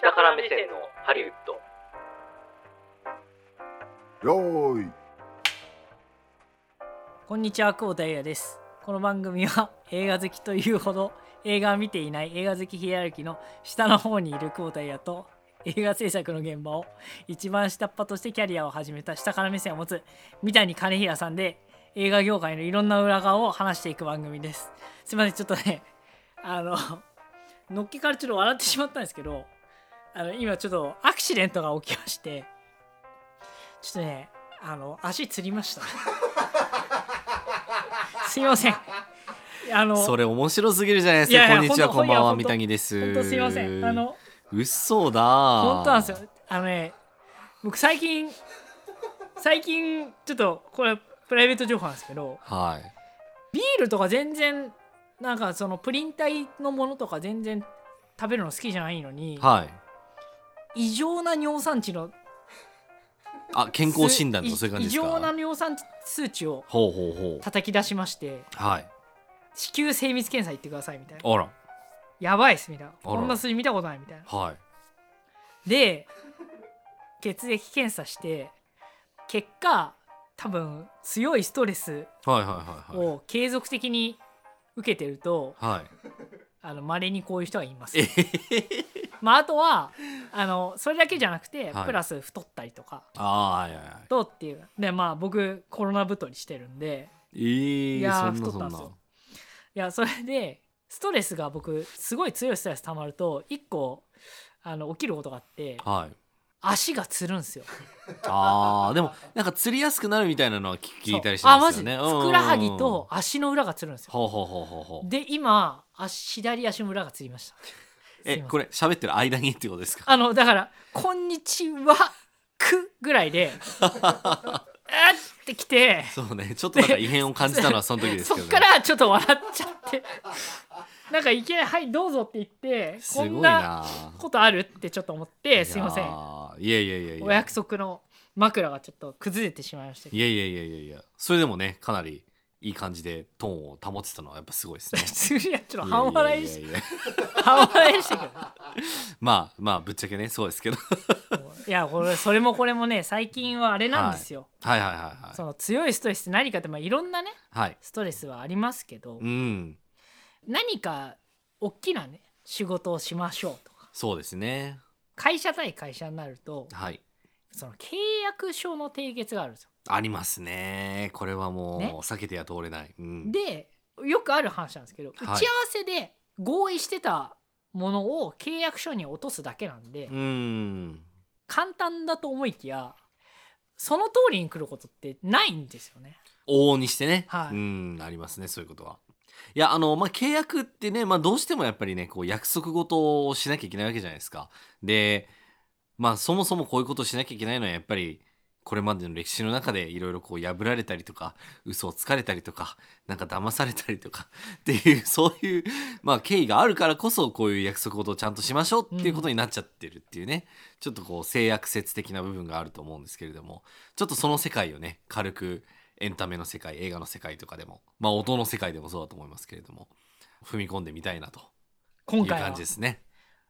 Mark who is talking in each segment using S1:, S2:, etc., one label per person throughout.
S1: 下から目線のハリウッド
S2: よーい
S3: こんにちは久保田裕也ですこの番組は映画好きというほど映画を見ていない映画好きヒエラルキーの下の方にいる久保田裕也と映画制作の現場を一番下っ端としてキャリアを始めた下から目線を持つ三谷兼平さんで映画業界のいろんな裏側を話していく番組ですすいませんちょっとね あののっけからちょっと笑ってしまったんですけどあの今ちょっとアクシデントが起きましてちょっとねあの足つりました すいませんあの
S4: それ面白すぎるじゃないです
S3: いやい
S4: か。
S3: や
S4: こんにちは、
S3: ほんと
S4: こん
S3: い
S4: ばん
S3: や
S4: は、
S3: ほんと
S4: 三谷です。
S3: 本当すいませんあの
S4: 嘘だ。
S3: 本
S4: 本
S3: 当なんですよ。あのね僕最近最近ちょっとこれプライベート情報なんですけど
S4: はい。
S3: ビールとか全然なんかそのプリン体のものとか全然食べるの好きじゃないのに
S4: はい。
S3: 異常な尿酸値の
S4: あ、健康診断とか
S3: す
S4: そういう感じ
S3: 異
S4: です
S3: 常な
S4: か。
S3: 尿酸値数値を
S4: ほうほうほう。
S3: 叩き出しまして
S4: はい。
S3: 至急精密検査行ってくださいみたいな
S4: あら。
S3: やばいっすみたいな
S4: あら
S3: こんな数字見たことないみたいな
S4: はい。
S3: で血液検査して結果多分強いストレス
S4: はいはいはいはい。
S3: を継続的に受けてると、
S4: はい。
S3: あの稀にこういう人がいます
S4: え。へへへ
S3: まああとはあのそれだけじゃなくて、
S4: はい
S3: プラス太ったりとか
S4: あーはいはいはい。
S3: どうっていうでまあ僕コロナ太りしてるんで
S4: えー、
S3: いやー
S4: そん
S3: 太
S4: な
S3: った
S4: そ
S3: ん
S4: ん
S3: で
S4: な
S3: すよ。いやそれでストレスが僕すごい強いストレス溜まると一個あの起きることがあって
S4: はい。
S3: 足がつるんですよ。
S4: ああ、でも、なんか釣りやすくなるみたいなのは聞聞いたりし
S3: あ
S4: ま
S3: マジ
S4: すよ
S3: で
S4: ね。
S3: ふ
S4: うんうんうん
S3: くらはぎと。足の裏がつるんですよ。
S4: ほうほうほうほうほう。
S3: で今足左足の裏がつりました。
S4: え、
S3: すいません
S4: これ喋ってる間にってことですか。
S3: あのだから「こんにちは」くぐらい で「 あっ!」てきて
S4: そうね、ちょっとなんか異変を感じたのはその時です
S3: そ
S4: けど、
S3: っ
S4: ね。
S3: からちょっと笑っちゃって なんかいきなり「はいどうぞ」って言って
S4: す
S3: こ
S4: ご
S3: ん
S4: い
S3: な
S4: な。
S3: ことあるってちょっと思ってすいません
S4: ん。いやいやいやいや。
S3: お約束の枕がちょっと崩れてしまいましたけ
S4: いやいやいやいやいや。それでもね、かなりいい感じでトーンを保ってたのはやっぱすごいですね
S3: ど。普通にはちょっと 半笑い
S4: や
S3: し
S4: やいやいや
S3: 半笑いでしたけど
S4: まあまあぶっちゃけねそうですけど
S3: いやこれそれもこれもね最近はあれなんですよ、
S4: はいはいはいはい
S3: その強いストレスって何かって、まあ、いろんなね
S4: はい
S3: ストレスはありますけど、
S4: うん
S3: 何か大きなね仕事をしましょうとか
S4: そうですね
S3: 会社対会社になると
S4: はい
S3: その契約書の締結があるんですよ。
S4: ありますねこれはもう、
S3: ね
S4: 避けては通れない、うん、
S3: でよくある話なんですけど、
S4: はい
S3: 打ち合わせで合意してたものを契約書に落とすだけなんで、
S4: うん
S3: 簡単だと思いきやその通りに来ることってないんですよね。
S4: 往々にしてね、
S3: はい
S4: うんありますねそういうことはいやあのまあ契約ってね、まあ、どうしてもやっぱりねこう約束事をしなきゃいけないわけじゃないですかでまあそもそもこういうことをしなきゃいけないのはやっぱりこれまでの歴史の中でいろいろこう破られたりとか嘘をつかれたりとかなんか騙されたりとか っていうそういうまあ経緯があるからこそこういう約束事をちゃんとしましょうっていうことになっちゃってるっていうね、ちょっとこう制約説的な部分があると思うんですけれどもちょっとその世界をね軽くエンタメの世界映画の世界とかでもまあ音の世界でもそうだと思いますけれども踏み込んでみたいなとい
S3: 今
S4: う
S3: 回は
S4: 感じですね。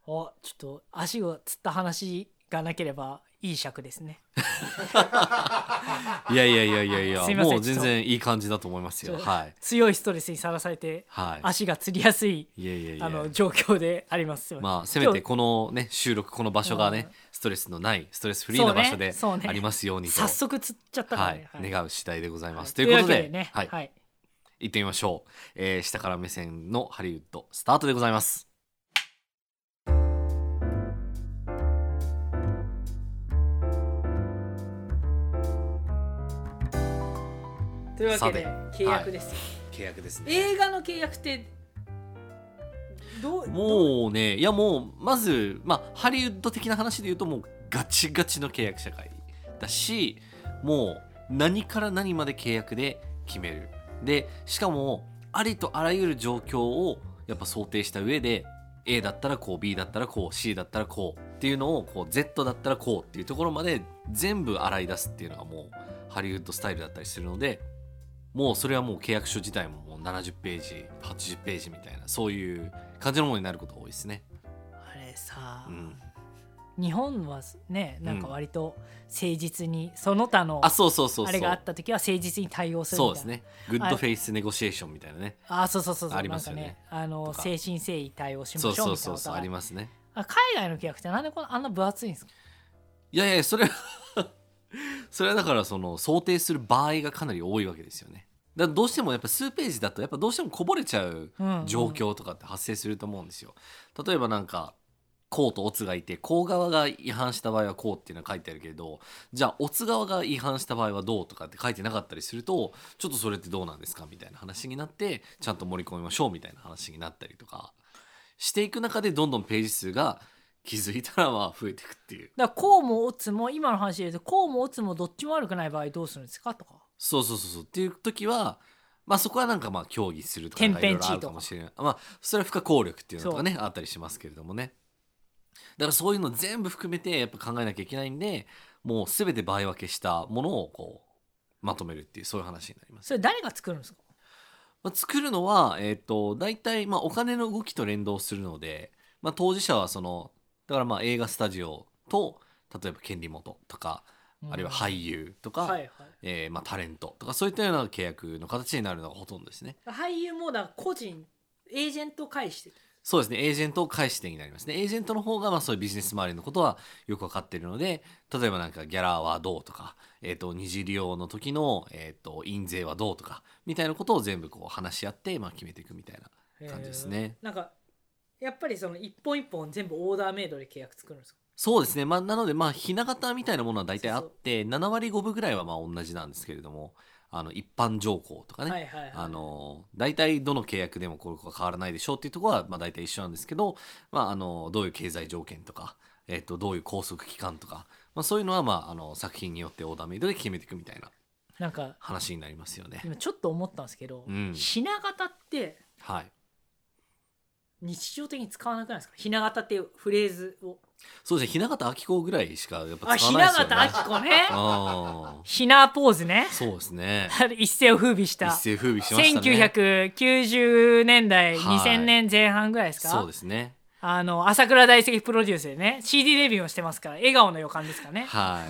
S3: おちょっと足をつった話がなければいい尺ですね。
S4: いやいやいやいやい
S3: すい
S4: や
S3: ません
S4: もう全然いい感じだと思いますよ。
S3: ちょ
S4: はい
S3: 強いストレスにさらされて
S4: は
S3: 足がつりやすい
S4: い。いやいやい
S3: あ
S4: や。
S3: の状況でありますよね。
S4: まあせめてこのね収録この場所がねストレスのないストレスフリー
S3: そ
S4: な
S3: うね
S4: 場所で
S3: そうね
S4: ありますようにと。
S3: 早速釣っちゃったから
S4: は
S3: ね
S4: い。
S3: はい
S4: 願う次第でございます。
S3: と
S4: と
S3: い
S4: いうう
S3: わ
S4: こ
S3: け
S4: と
S3: で
S4: で
S3: ね、
S4: はい
S3: はい
S4: 行ってみましょう、えー下から目線のハリウッドスタートでございます
S3: というわけで
S4: さて
S3: 契約ですよ、
S4: 契約です
S3: 映画の契約ってどうどう
S4: もうねいやもうまず、まあ、ハリウッド的な話で言うともうガチガチの契約社会だしもう何から何まで契約で決めるでしかもありとあらゆる状況をやっぱ想定した上で A だったらこう B だったらこう C だったらこうっていうのをこう Z だったらこうっていうところまで全部洗い出すっていうのがもうハリウッドスタイルだったりするのでもうそれはもう契約書自体ももう70ページ80ページみたいなそういう感じのものになることが多いですね。
S3: あれさ、
S4: うん、
S3: 日本はねなんか割と誠実に、その他の
S4: あそうそうそうそう
S3: あれがあった時は誠実に対応する
S4: そう
S3: みた
S4: で
S3: い
S4: す
S3: な
S4: ねグッドフェイスネゴシエーションみたいなね
S3: あそうそうそうそう
S4: ありますよね
S3: なんかねあの
S4: とか
S3: 誠心誠意対応しましょ
S4: そうう
S3: みたいな
S4: そ
S3: こ
S4: う
S3: と
S4: そうそうありますね
S3: あ海外の規約ってなんでこんなあんな分厚いんですか
S4: いやいやそれは それはだからその想定する場合がかなり多いわけですよねだからどうしてもやっぱ数ページだとやっぱどうしてもこぼれちゃう
S3: うんうん
S4: 状況とかって発生すると思うんですよ。例えばなんか公とオツがいて公側が違反した場合はこうっていうのは書いてあるけれどじゃあオツ側が違反した場合はどうとかって書いてなかったりするとちょっとそれってどうなんですかみたいな話になってちゃんと盛り込みましょうみたいな話になったりとかしていく中でどんどんページ数が気づいたらまあ増えていくっていう
S3: だからこうもオツも今の話で言うとこうもオツもどっちも悪くない場合どうするんですかとか
S4: そうそうそうそうっていう時はまあそこはなんかまあ協議するとかなんか
S3: 天変
S4: いろいろ
S3: 地異
S4: あるかもしれないまあそれは不可抗力っていうのとかねあったりしますけれどもねだからそういうの全部含めてやっぱ考えなきゃいけないんでもう全て場合分けしたものをこうまとめるっていうそういう話になります、
S3: それ誰が作るんですか
S4: まあ、作るのはえっ、と大体まあお金の動きと連動するので、まあ、当事者はそのだからまあ映画スタジオと例えば権利元とかあるいは俳
S3: い、
S4: 優と
S3: は
S4: か、
S3: いはい
S4: えーまあ、タレントとかそういったような契約の形になるのがほとんどですね。
S3: 俳優もだから個人エージェントを介して
S4: そうですねエージェントを介してになりますねエージェントの方がまあそういうビジネス周りのことはよく分かっているので例えばなんかギャラはどうとか、えー、と二次利用の時の、えー、と印税はどうとかみたいなことを全部こう話し合って、まあ、決めていくみたいな感じですね
S3: えーなんかやっぱりその一本一本全部オーダーメイドで契約作るんですか
S4: そうですね、まあ、なのでまあひな形みたいなものは大体あって7割5分ぐらいはまあ同じなんですけれどもあの一般条項とかね、
S3: はいはいはい
S4: あの大体どの契約でもこれは変わらないでしょうっていうところは、まあ、大体一緒なんですけど、まあ、あのどういう経済条件とか、えっとどういう拘束期間とか、まあ、そういうのは、まあ、あの作品によってオーダーメイドで決めていくみたいな
S3: なんか
S4: 話になりますよね。
S3: 今ちょっと思ったんですけど、
S4: うん
S3: ひな形って
S4: はい、
S3: 日常的に使わなくないですかひな形っていうフレーズを
S4: そうですね雛形あき子ぐらいしかやっ
S3: あ
S4: ぱ使
S3: ひ
S4: わないで
S3: な
S4: すよね。
S3: 形あきこね
S4: あ
S3: ひなポーズね
S4: ーそうですね。
S3: 一世を風靡した
S4: 一世風靡しましたね。
S3: 1990年代、
S4: はい
S3: 2000年前半ぐらいですか
S4: そうですね。
S3: あの朝倉大輔プロデュースでね CD デビューをしてますから笑顔の予感ですかね
S4: は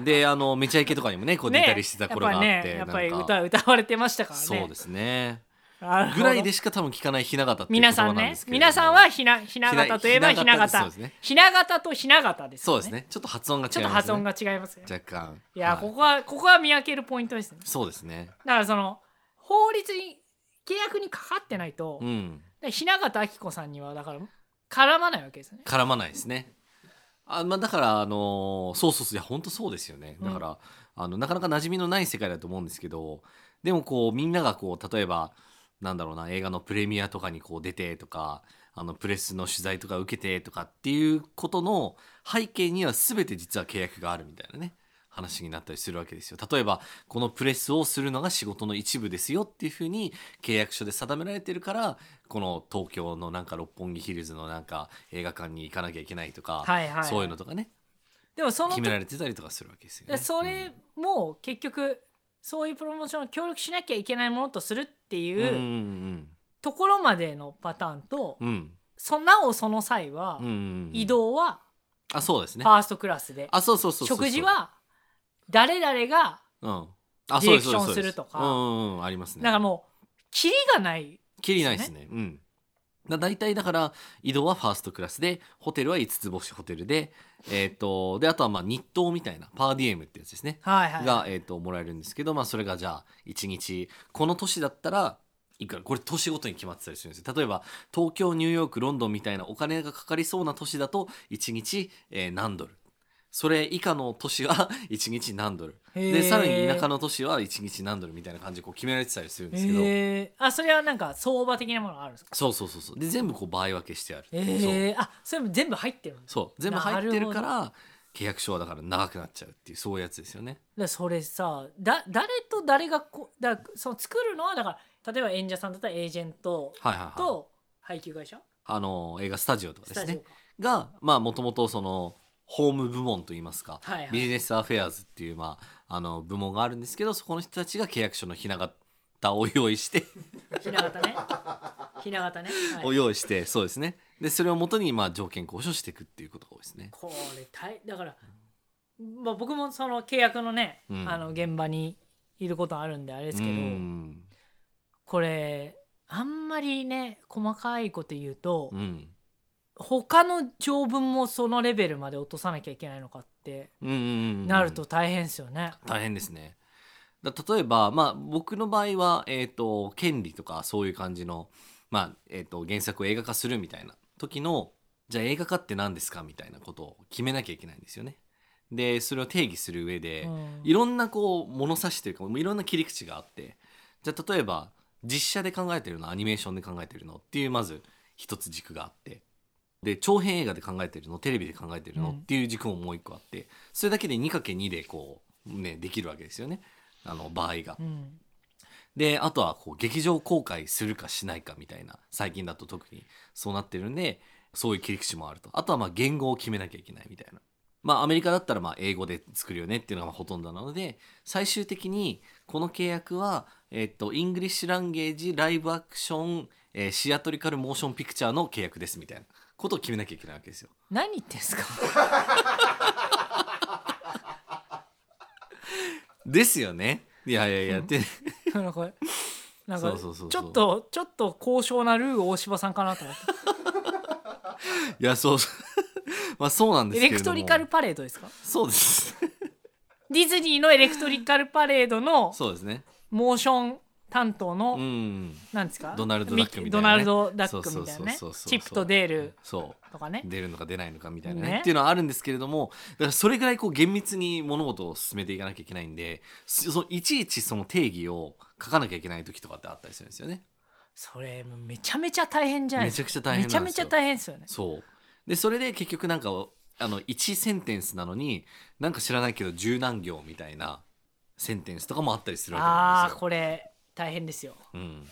S4: い。で、あの、めちゃイケとかにもね、こう出たりしてた頃があって、
S3: ねやっぱりねや
S4: な
S3: っぱ
S4: んか
S3: り歌歌われてましたからね
S4: そうですね。
S3: なるほ
S4: ぐ
S3: ど
S4: らいでしか多分聞かない雛形っていう言
S3: 皆さ
S4: 葉
S3: ん
S4: なん
S3: ね
S4: ですけれども
S3: 皆さんはひなひな形といえば
S4: ひ
S3: ひ
S4: ひ
S3: な
S4: な形
S3: 形
S4: そうですね
S3: ひな形とひな形です
S4: そ
S3: よ
S4: うですね。ちょっと発音が違います
S3: ちょ
S4: ね。
S3: っと発音が違いますよ
S4: 若干。
S3: いや、
S4: はい
S3: ここはここは見分けるポイントですね
S4: そうですね。
S3: だからその法律に契約にかかってないと、
S4: う
S3: だか
S4: ん。
S3: ら雛形あき子さんにはだから絡まないわけですね
S4: 絡まないですね。あまあ、だから、あのーそうそうそういや本当そうですよねだから、あのなかなか馴染みのない世界だと思うんですけどでもこうみんながこう例えばなんだろうな映画のプレミアとかにこう出てとかあのプレスの取材とか受けてとかっていうことの背景には全て実は契約があるみたいなね話になったりするわけですよ例えばこのプレスをするのが仕事の一部ですよっていうふうに契約書で定められてるからこの東京のなんか六本木ヒルズのなんか映画館に行かなきゃいけないとか、
S3: はいはいはい
S4: そういうのとかね
S3: でもその
S4: 決められてたりとかするわけですよね。
S3: そ
S4: うん
S3: れも結局そういうプロモーションを協力しなきゃいけないものとするって
S4: うんう
S3: いうんところまでのパターンと、
S4: うんうん
S3: そなおその際は
S4: うんうん
S3: 移動は
S4: あそうですね
S3: ファーストクラスで
S4: あそうそうそうそうそう
S3: 食事は誰々が
S4: うんあそうです
S3: ディレクション
S4: そうですそうです
S3: るとか
S4: うんうんうんありますね
S3: なんかもうキリがない
S4: きりないですね。うん。だ大体だから移動はファーストクラスでホテルは5つ星ホテルで,、えー、とであとはまあ日当みたいなパーディエムってやつですね、
S3: はいはい
S4: が、えー、ともらえるんですけど、まあ、それがじゃあ1日この年だったらいくらこれ年ごとに決まってたりするんですよ例えば東京ニューヨークロンドンみたいなお金がかかりそうな年だと1日、えー何ドルそれ以下の年は 1日何ドル
S3: へ
S4: で
S3: ー
S4: さらに田舎の都市は1日何ドルみたいな感じでこう決められてたりするんですけど。
S3: えーあそれはなんか相場的なものがあるんですか
S4: そうそうそうそうで全部こう倍分けしてある、そう
S3: えー、あそれも全部入ってるんです
S4: そう全部入ってるか
S3: な
S4: ら契約書はだから長くなっちゃうっていうそういうやつですよね
S3: だからそれさだ誰と誰がこだその作るのはだから例えば演者さんだったらエージェント
S4: はいはいはい
S3: と配給会社、
S4: あの映画スタジオとか
S3: ス
S4: で
S3: タ
S4: す
S3: ジオ
S4: ね
S3: か、
S4: がまあもともとそのホーム部門といいますか、
S3: はいはい
S4: ビジネスアフェアーズっていう、まあ、あの部門があるんですけどそこの人たちが契約書のひな形を用意して、
S3: ひな形ねひな形ね、はい
S4: を用意してそうですねでそれをもとにまあ条件交渉していくっていうことが多いですね。
S3: これ大だから、まあ、僕もその契約のね、
S4: うん
S3: あの現場にいることあるんであれですけど、
S4: うん
S3: これあんまりね細かいこと言うと、
S4: うん
S3: 他の条文もそのレベルまで落とさなきゃいけないのかって
S4: うんうんうん
S3: なると大変ですよね。
S4: 大変ですね。だ例えば、まあ、僕の場合は、えー、と権利とかそういう感じの、まあえー、と原作を映画化するみたいな時のじゃあ映画化って何ですかみたいなことを決めなきゃいけないんですよね。でそれを定義する上で、
S3: うん
S4: いろんなこう物差しというかもういろんな切り口があってじゃあ例えば実写で考えてるのアニメーションで考えてるのっていうまず一つ軸があってで長編映画で考えてるのテレビで考えてるの
S3: うん
S4: っていう軸ももう一個あって、それだけで 2×2 でこうねできるわけですよねあの場合が
S3: う。ん
S4: であとはこう劇場公開するかしないかみたいな最近だと特にそうなってるんでそういう切り口もあるとあとはまあ言語を決めなきゃいけないみたいなまあアメリカだったらまあ英語で作るよねっていうのがほとんどなので最終的にこの契約はえっとイングリッシュランゲージライブアクション、えーシアトリカルモーションピクチャーの契約ですみたいなことを決めなきゃいけないわけですよ
S3: 何言ってんすか
S4: ですよねいやいやいや
S3: うん
S4: で
S3: なんかこれなん
S4: そ
S3: か
S4: うそうそうそう
S3: ちょっとちょっと高尚なルー大柴さんかなと思って
S4: いやそう まあそうなんです
S3: エ
S4: け
S3: レ
S4: れど
S3: ク
S4: も
S3: トリカルパレードですか
S4: そうです
S3: ディズニーのエレクトリカルパレードの
S4: そうですね
S3: モーション担当の、
S4: うん
S3: なんですか
S4: ドナルドダックみたいなね
S3: ミキドナルド・ダックみたいなね
S4: そうそうそうそうそう
S3: チップとデール
S4: そう
S3: とかね
S4: 出るのか出ないのかみたいなね
S3: ね
S4: っていうのはあるんですけれどもだからそれぐらいこう厳密に物事を進めていかなきゃいけないんでそそのいちいちその定義を書かなきゃいけない時とかってあったりするんですよね。
S3: それもうめちゃめちゃ大変じゃない
S4: め
S3: です
S4: ち
S3: か
S4: ゃくちゃ大変なん
S3: め
S4: で
S3: ちゃめち
S4: す
S3: ゃ
S4: よ。
S3: 大変ですよね
S4: そうでそれで結局なんかあの1センテンスなのになんか知らないけど十何行みたいなセンテンスとかもあったりするわけなん
S3: あ
S4: です
S3: あ
S4: よ。
S3: これ大変ですよ
S4: うん、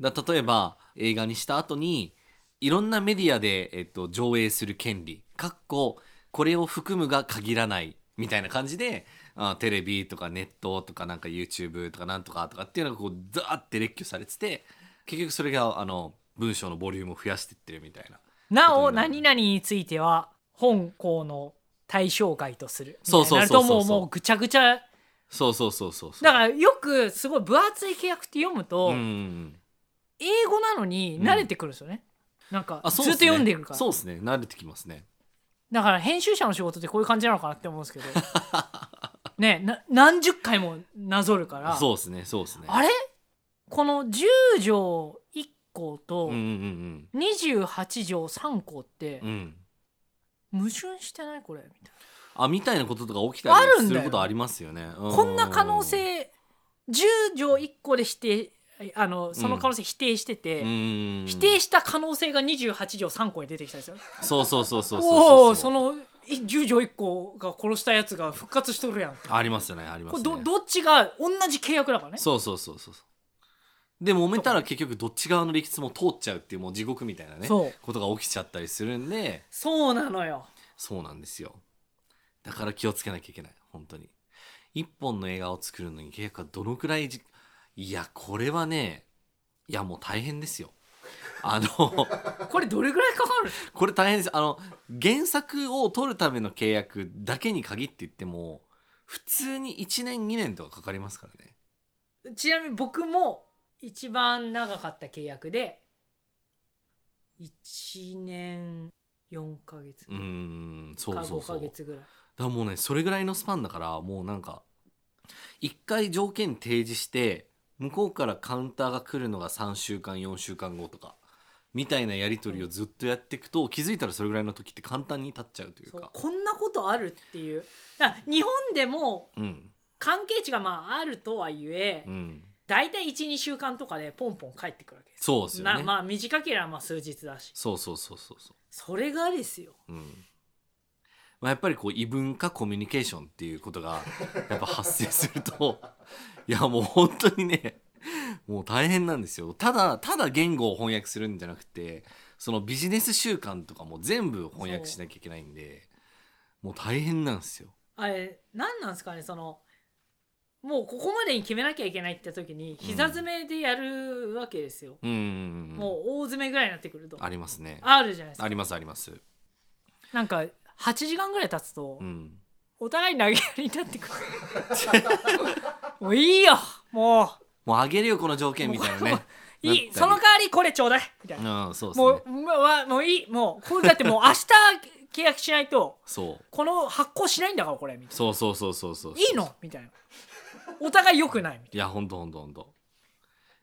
S4: だ例えば映画にした後にいろんなメディアで、えっと、上映する権利かっここれを含むが限らないみたいな感じであテレビとかネットとかなんか YouTube とかなんとかとかっていうのがこうザーって列挙されてて結局それがあの文章のボリュームを増やしていってるみたいな
S3: な
S4: そ
S3: お
S4: うだね
S3: 何々については本校の対象外とするみたい
S4: そう
S3: に
S4: そう
S3: な
S4: そう
S3: る
S4: そう
S3: ともうもうぐちゃぐちゃ
S4: そうそうそうそうそう
S3: だからよくすごい分厚い契約って読むと、
S4: うん
S3: 英語なのに慣れてくるんですよね、なんか
S4: あ
S3: ず
S4: そ
S3: っ
S4: う
S3: と
S4: すね
S3: 読んでるから
S4: そうですね慣れてきますね
S3: だから編集者の仕事ってこういう感じなのかなって思うんですけど ねな何十回もなぞるから
S4: そうですねそうですね
S3: あれこの10条1項と
S4: うんうん
S3: 28条3項って
S4: うんうん
S3: 矛盾してないこれみたい
S4: あみたいなこととか起きた
S3: あるんだよ
S4: りすることありますよね。う
S3: なこんな可能性10条1項で否定あのその可能性否定してて、
S4: 否
S3: 否定した可能性が28条3項に出てきたんですよ。
S4: そうそうそうそう
S3: お
S4: そ
S3: お
S4: う
S3: そのい10条1項が殺したやつが復活しとるやん。
S4: ありますよねありま
S3: こ
S4: す
S3: れ
S4: ね
S3: どどっちが同じ契約だからね。
S4: そうそうそうそうそうで揉めたら結局どっち側の理屈も通っちゃうっていうもう地獄みたいなね
S3: そう
S4: ことが起きちゃったりするんで
S3: そうなのよ。
S4: そうなんですよだから気をつけなきゃいけない本当に一本の映画を作るのに契約はどのくらいじいやこれはねいやもう大変ですよあの
S3: これどれぐらいかかる
S4: これ大変ですあの原作を取るための契約だけに限って言っても普通に1年2年とかかかりますからね
S3: ちなみに僕も一番長かった契約で1年4ヶ月
S4: うーんそ
S3: か
S4: うそう
S3: 5
S4: そ
S3: ヶ
S4: うだか
S3: 月ぐらい
S4: らもうねそれぐらいのスパンだからもうなんか一回条件提示して向こうからカウンターが来るのが3週間4週間後とかみたいなやり取りをずっとやっていくと、気づいたらそれぐらいの時って簡単に経っちゃうという
S3: そう
S4: か
S3: こんなことあるっていうだから日本でも
S4: うん
S3: 関係値がまああるとはいえ、
S4: うん
S3: 大体12週間とかでポンポン帰ってくるわけです
S4: そうですよ
S3: な
S4: ね、
S3: まあ短ければまあ数日だし
S4: そうそうそうそうそう
S3: それがですよ
S4: うんまあ、やっぱりこう異文化コミュニケーションっていうことがやっぱ発生するといやもう本当にねもう大変なんですよただただ言語を翻訳するんじゃなくてそのビジネス習慣とかも全部翻訳しなきゃいけないんでもう大変なんですよ。
S3: あれ何なんですかねそのもうここまでに決めなきゃいけないって時に膝詰めでやるわけですよ、
S4: うんうんうん
S3: もう大詰めぐらいになってくると
S4: ありますね
S3: あるじゃないです
S4: あ
S3: か
S4: りますあります
S3: なんか8時間ぐらい経つと、
S4: うん
S3: お互い投げやりにな ってくるもういいよも
S4: もうあげるよこの条件みたい なね
S3: ういい
S4: なったり
S3: その代わりこれちょうだいみたいな、
S4: うんそうです
S3: も
S4: ね
S3: うもうわもういいもうこれだって もう明日契約しないと
S4: そう
S3: この発行しないんだからこれみたいな
S4: そうそうそうそうそう
S3: いいのみたいなお互い良くないみたい
S4: いやほんとほんとほんと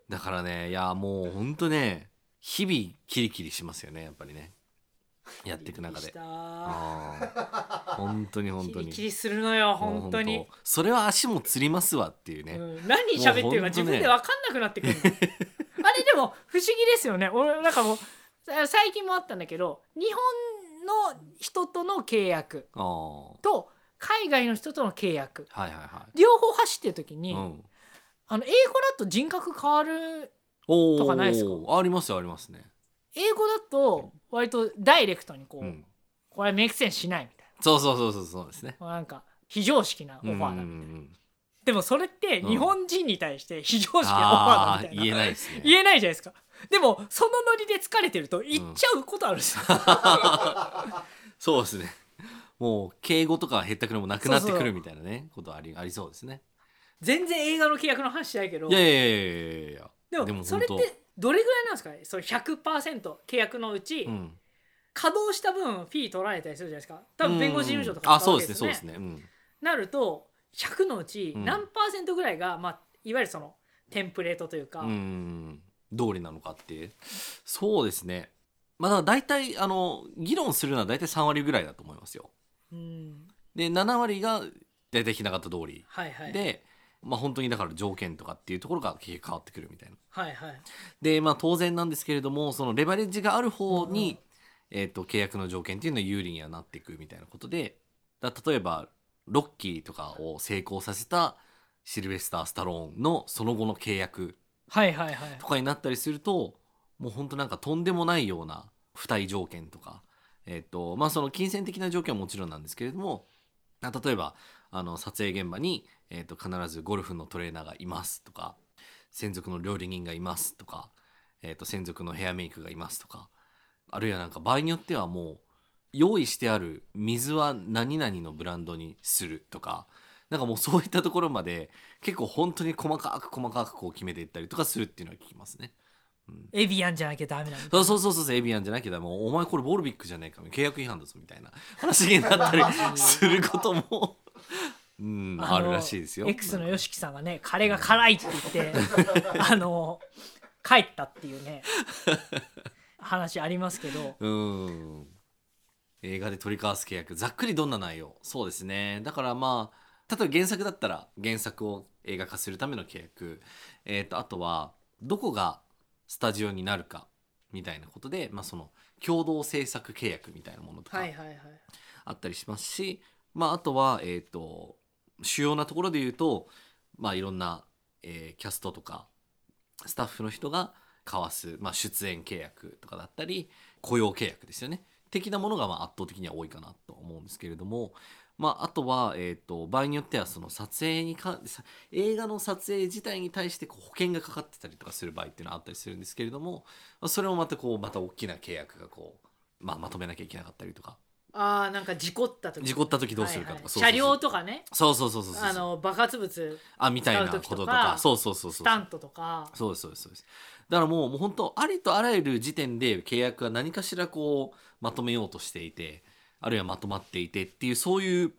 S4: だからねいやもうほんとね日々キリキリしますよねやっぱりねやっていく
S3: な
S4: 中で
S3: で
S4: ああ本当に本当
S3: キリ
S4: に
S3: キリするのよ
S4: もう
S3: 本当に
S4: ほんとそれは足もつりますわっていうね、
S3: うん、何喋ってるか
S4: もうほんとね
S3: 自分で分かんなくなってく るのあれでも不思議ですよね俺なんかもうさ最近もあったんだけど日本の人との契約
S4: ああは
S3: と海外の人との契約
S4: いはいは
S3: 両方走ってる時
S4: い、
S3: に、
S4: うん、
S3: あの英語だと人格変わる
S4: おー
S3: とかないっす
S4: ありますよありますね、
S3: 英語だと割とダイレクトにこう、
S4: うん、
S3: これメイクセンスしないみたい
S4: そうそうそうそうそうですね
S3: ななんか非常識なオファーだみたいな。
S4: うん
S3: でもそれって
S4: うん
S3: 日本人に対して非常識なオファー
S4: ああ
S3: だみたい
S4: 言え
S3: な、
S4: ないですね
S3: 言えないじゃないですかでもそのノリで疲れてると言っちゃうことあるんですよ、
S4: そうですねもう敬語とかへったくれもなくなってくるみたいなねことありありそうですね
S3: 全然映画の契約の話しないけど
S4: いやいやいやいやいやいや
S3: でも
S4: でも
S3: そ
S4: 本
S3: れ
S4: 当
S3: ってどれぐらいなんですかねそれ100%契約のうち、
S4: うん
S3: 稼働した分フィー取られたりするじゃないですか多分弁護士事務所とか
S4: うんあ
S3: 使
S4: そう
S3: わ
S4: で
S3: け
S4: すねそうですねうん
S3: なると100のうち
S4: うん
S3: 何パーセントぐらいが、まあ、いわゆるそのテンプレートというか、
S4: うん通りなのかってそうですねまあだから大体あの議論するのは大体3割ぐらいだと思いますよ
S3: うん
S4: で7割が大体ひな形通り
S3: はいはい
S4: で、まあ、本当にだから条件とかっていうところが結局変わってくるみたいな
S3: はいはい
S4: でまあ当然なんですけれどもそのレバレッジがある方
S3: うん
S4: に、えー、と契約の条件っていうのは有利にはなっていくみたいなことでだ例えばロッキーとかを成功させたシルベスター・スタローンのその後の契約
S3: はいはいはい
S4: とかになったりするともうほんとなんかとんでもないような付帯条件とか、えっとまあ、その金銭的な条件はもちろんなんですけれどもあ例えばあの撮影現場に、えっと必ずゴルフのトレーナーがいますとか専属の料理人がいますとか、えっと専属のヘアメイクがいますとかあるいはなんか場合によってはもう用意してある水は何々のブランドにするとかなんかもうそういったところまで結構本当に細かく細かくこう決めていったりとかするっていうのは聞きますね。
S3: エビアンじゃなきゃダメなんだ
S4: そうそうそうそうそうエビアンじゃなきゃもうお前これボルビックじゃねえか契約違反だぞみたいな話になったりすることも、うん、あるらしいですよ。
S3: X の YOSHIKI さんがねカレーが辛いって言ってあの帰ったっていうね話ありますけど
S4: うん映画で取り交わす契約ざっくりどんな内容そうですねだからまあ例えば原作だったら原作を映画化するための契約、えー、とあとはどこがスタジオになるかみたいなことで、まあ、その共同制作契約みたいなものとか
S3: はいはい
S4: あったりしますし、まあ、あとは、えー、と主要なところで言うと、まあ、いろんな、えーキャストとかスタッフの人が交わす、まあ、出演契約とかだったり雇用契約ですよね的なものがまあ圧倒的には多いかなと思うんですけれども、まあ、あとは、えー、と場合によってはその撮影にかさ映画の撮影自体に対してこう保険がかかってたりとかする場合っていうのはあったりするんですけれどもまあそれもまたこうまた大きな契約がこう、まあ、まとめなきゃいけなかったりとか
S3: ああなんか事故った時
S4: 事故った時どうするかとか、そうそうそう
S3: 車両とかね
S4: そうそうそうそうそう
S3: あの爆発物
S4: あみたいな
S3: 使う
S4: こと
S3: 時と
S4: と
S3: か
S4: かそうそうそうそ
S3: ス
S4: う
S3: タントとか
S4: そうですそうですそうですだからもうもう本当ありとあらゆる時点で契約は何かしらこうまとめようとしていてあるいはまとまっていてっていうそういう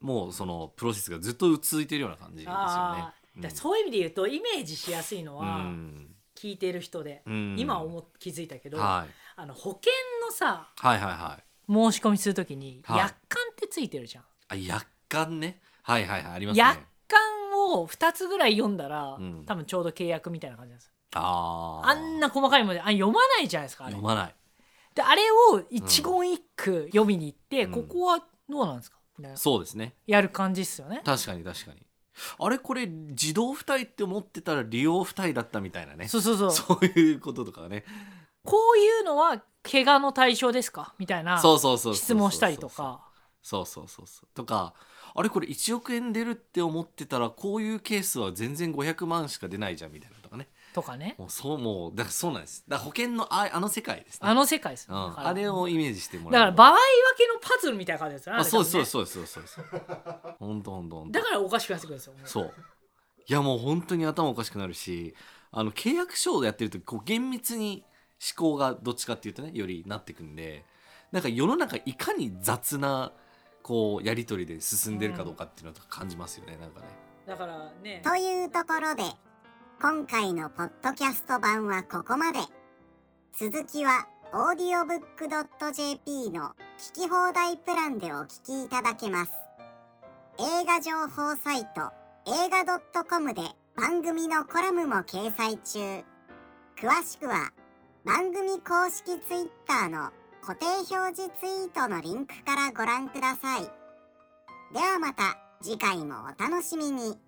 S4: もうそのプロセスがずっと続いてるような感じですよね
S3: ああ。
S4: うん
S3: だからそういう意味で言うとイメージしやすいの
S4: う
S3: は
S4: ん
S3: 聞いてる人で
S4: うん
S3: 今思っ気づいたけどあ
S4: はい、
S3: の保険のさ
S4: はいはいはい
S3: 申し込みするときに
S4: はい
S3: 約款ってついてるじゃん
S4: あ約款ねはいはいはいありますね
S3: 約款を2つぐらい読んだら
S4: うん
S3: 多分ちょうど契約みたいな感じなんです
S4: あー
S3: あんな細かいものであ読まないじゃないですかあれ
S4: 読まない
S3: であれを一言一句読みに行って、
S4: うん
S3: ここはどうなんですかみたいな
S4: そうですね
S3: やる感じっすよね
S4: 確かに確かにあれこれ自動付帯って思ってたら利用付帯だったみたいなね
S3: そうそうそう
S4: そういうこととかね
S3: こういうのは怪我の対象ですかみたいな
S4: そうそうそうそう
S3: 質問したりとか
S4: そうそうそうそうとかあれこれ1億円出るって思ってたらこういうケースは全然500万しか出ないじゃんみたいなとかね
S3: とかね
S4: もうそうもうだからそうなんですだから保険のああの世界ですね
S3: あの世界です
S4: う
S3: よ、だか
S4: ん、
S3: ら
S4: あれをイメージしても
S3: だか
S4: ら
S3: ら
S4: えれ
S3: 場
S4: ば
S3: 合分けのパズルみたいな感じですよね
S4: あそうそう
S3: う
S4: そうそうそうそう本当本当本当
S3: だからおかしくなってくるんですよもう
S4: そういやもう本当に頭おかしくなるしあの契約書をやってるとこう厳密に思考がどっちかっていうとねよりなってくんでなんか世の中いかに雑なこうやり取りで進んでるかどうかっていうのとか感じますよね、なんかね
S3: だからね
S2: というところで今回のポッドキャスト版はここまで続きは audiobook.jp の聞き放題プランでお聞きいただけます映画情報サイト映画 .com で番組のコラムも掲載中詳しくは番組公式 Twitter の固定表示ツイートのリンクからご覧くださいではまた次回もお楽しみに